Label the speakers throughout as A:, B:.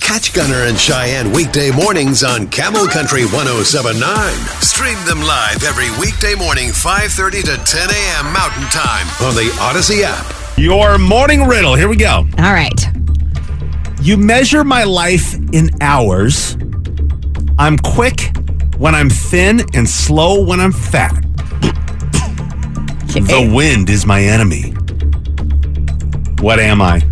A: Catch Gunner and Cheyenne weekday mornings on Camel Country 1079. Stream them live every weekday morning, 5.30 to 10 a.m. Mountain Time on the Odyssey app.
B: Your morning riddle. Here we go.
C: All right.
B: You measure my life in hours. I'm quick when I'm thin and slow when I'm fat. The wind is my enemy. What am I?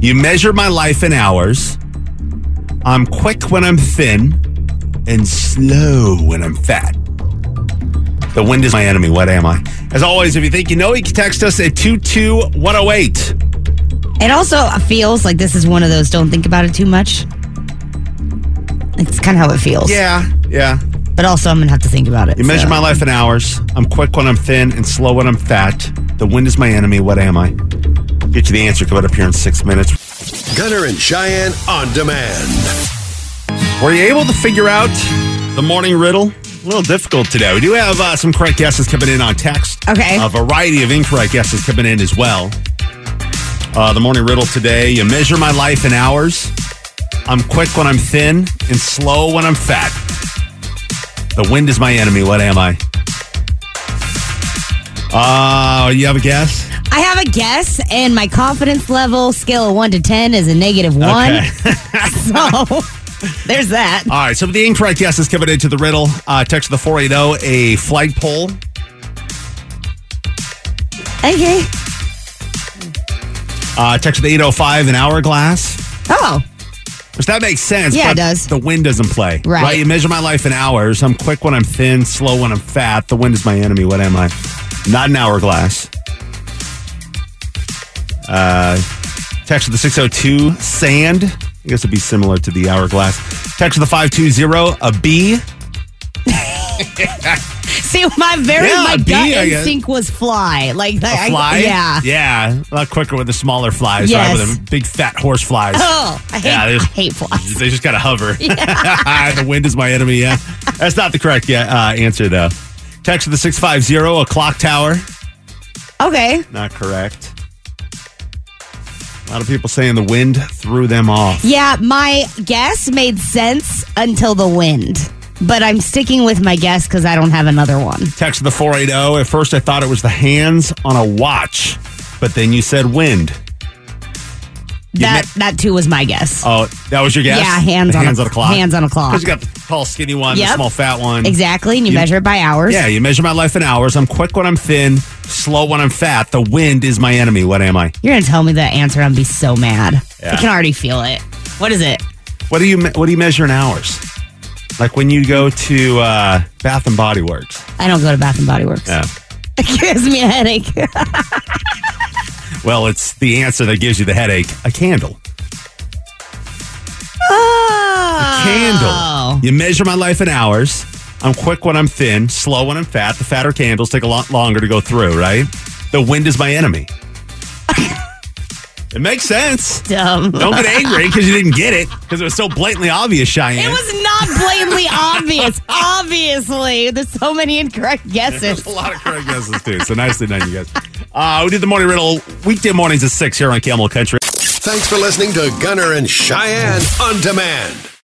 B: You measure my life in hours. I'm quick when I'm thin and slow when I'm fat. The wind is my enemy. What am I? As always, if you think you know, you can text us at 22108.
C: It also feels like this is one of those don't think about it too much. It's kind of how it feels.
B: Yeah, yeah.
C: But also, I'm going to have to think about it.
B: You measure
C: so.
B: my life in hours. I'm quick when I'm thin and slow when I'm fat. The wind is my enemy. What am I? Get you the answer coming up here in six minutes.
A: Gunner and Cheyenne on demand.
B: Were you able to figure out the morning riddle? A little difficult today. We do have uh, some correct guesses coming in on text.
C: Okay.
B: A variety of incorrect guesses coming in as well. Uh, the morning riddle today you measure my life in hours. I'm quick when I'm thin and slow when I'm fat. The wind is my enemy. What am I? Uh, you have a guess?
C: I have a guess, and my confidence level scale of 1 to 10 is a negative 1.
B: Okay.
C: So there's that.
B: All right, so the incorrect guesses coming into the riddle. Uh, text the 480 a flagpole.
C: Okay.
B: Uh, text the 805 an hourglass.
C: Oh,
B: Which that makes sense.
C: Yeah, it
B: but
C: does.
B: The wind doesn't play.
C: Right.
B: You measure my life in hours. I'm quick when I'm thin, slow when I'm fat. The wind is my enemy. What am I? Not an hourglass. Uh, text to the 602 sand. I guess it'd be similar to the hourglass. Text to the 520 a bee.
C: see, my very
B: Yeah,
C: my
B: a
C: gut
B: bee, I guess.
C: instinct was fly. Like
B: A
C: I-
B: fly?
C: yeah.
B: Yeah. A lot quicker with the smaller flies, right?
C: Yes.
B: With the big fat horse flies.
C: Oh, I hate,
B: Yeah,
C: I
B: there's-
C: hate flies.
B: They just gotta hover. the wind is my enemy. Yeah, that's not the correct yeah, uh, answer though. Text to the six five zero a clock tower.
C: Okay.
B: Not correct. A lot of people saying the wind threw them off.
C: Yeah, my guess made sense until the wind. But I'm sticking with my guess because I don't have another one.
B: Text to the four eight zero. At first, I thought it was the hands on a watch, but then you said wind. You
C: That that too was my guess.
B: Oh, that was your guess.
C: Yeah, hands
B: The
C: on a-
B: hands on a clock.
C: hands on a clock.
B: 'Cause you got the tall, skinny one, the
C: Yep.
B: small, fat one.
C: exactly. And you,
B: You-
C: measure it by hours.
B: Yeah, you measure my life in hours. I'm quick when I'm thin, slow when I'm fat. The wind is my enemy. What am I?
C: You're gonna tell me the answer. I'm gonna be so mad.
B: Yeah.
C: I can already feel it. What is it?
B: What do you me- what do you measure in hours? Like when you go to uh, Bath and Body Works.
C: I don't go to Bath and Body Works. It gives me a headache.
B: Well, it's the answer that gives you the headache. A candle.
C: oh.
B: Candle. You measure my life in hours. I'm quick when I'm thin, slow when I'm fat. The fatter candles take a lot longer to go through, right? The wind is my enemy. it makes sense.
C: Dumb.
B: Don't get angry because you didn't get it because it was so blatantly obvious, Cheyenne.
C: It was not blatantly obvious. Obviously, there's so many incorrect guesses.
B: There's a lot of correct guesses too. So nicely done, you guys. Uh, we did the morning riddle weekday mornings at six here on Camel Country.
A: Thanks for listening to Gunner and Cheyenne on demand.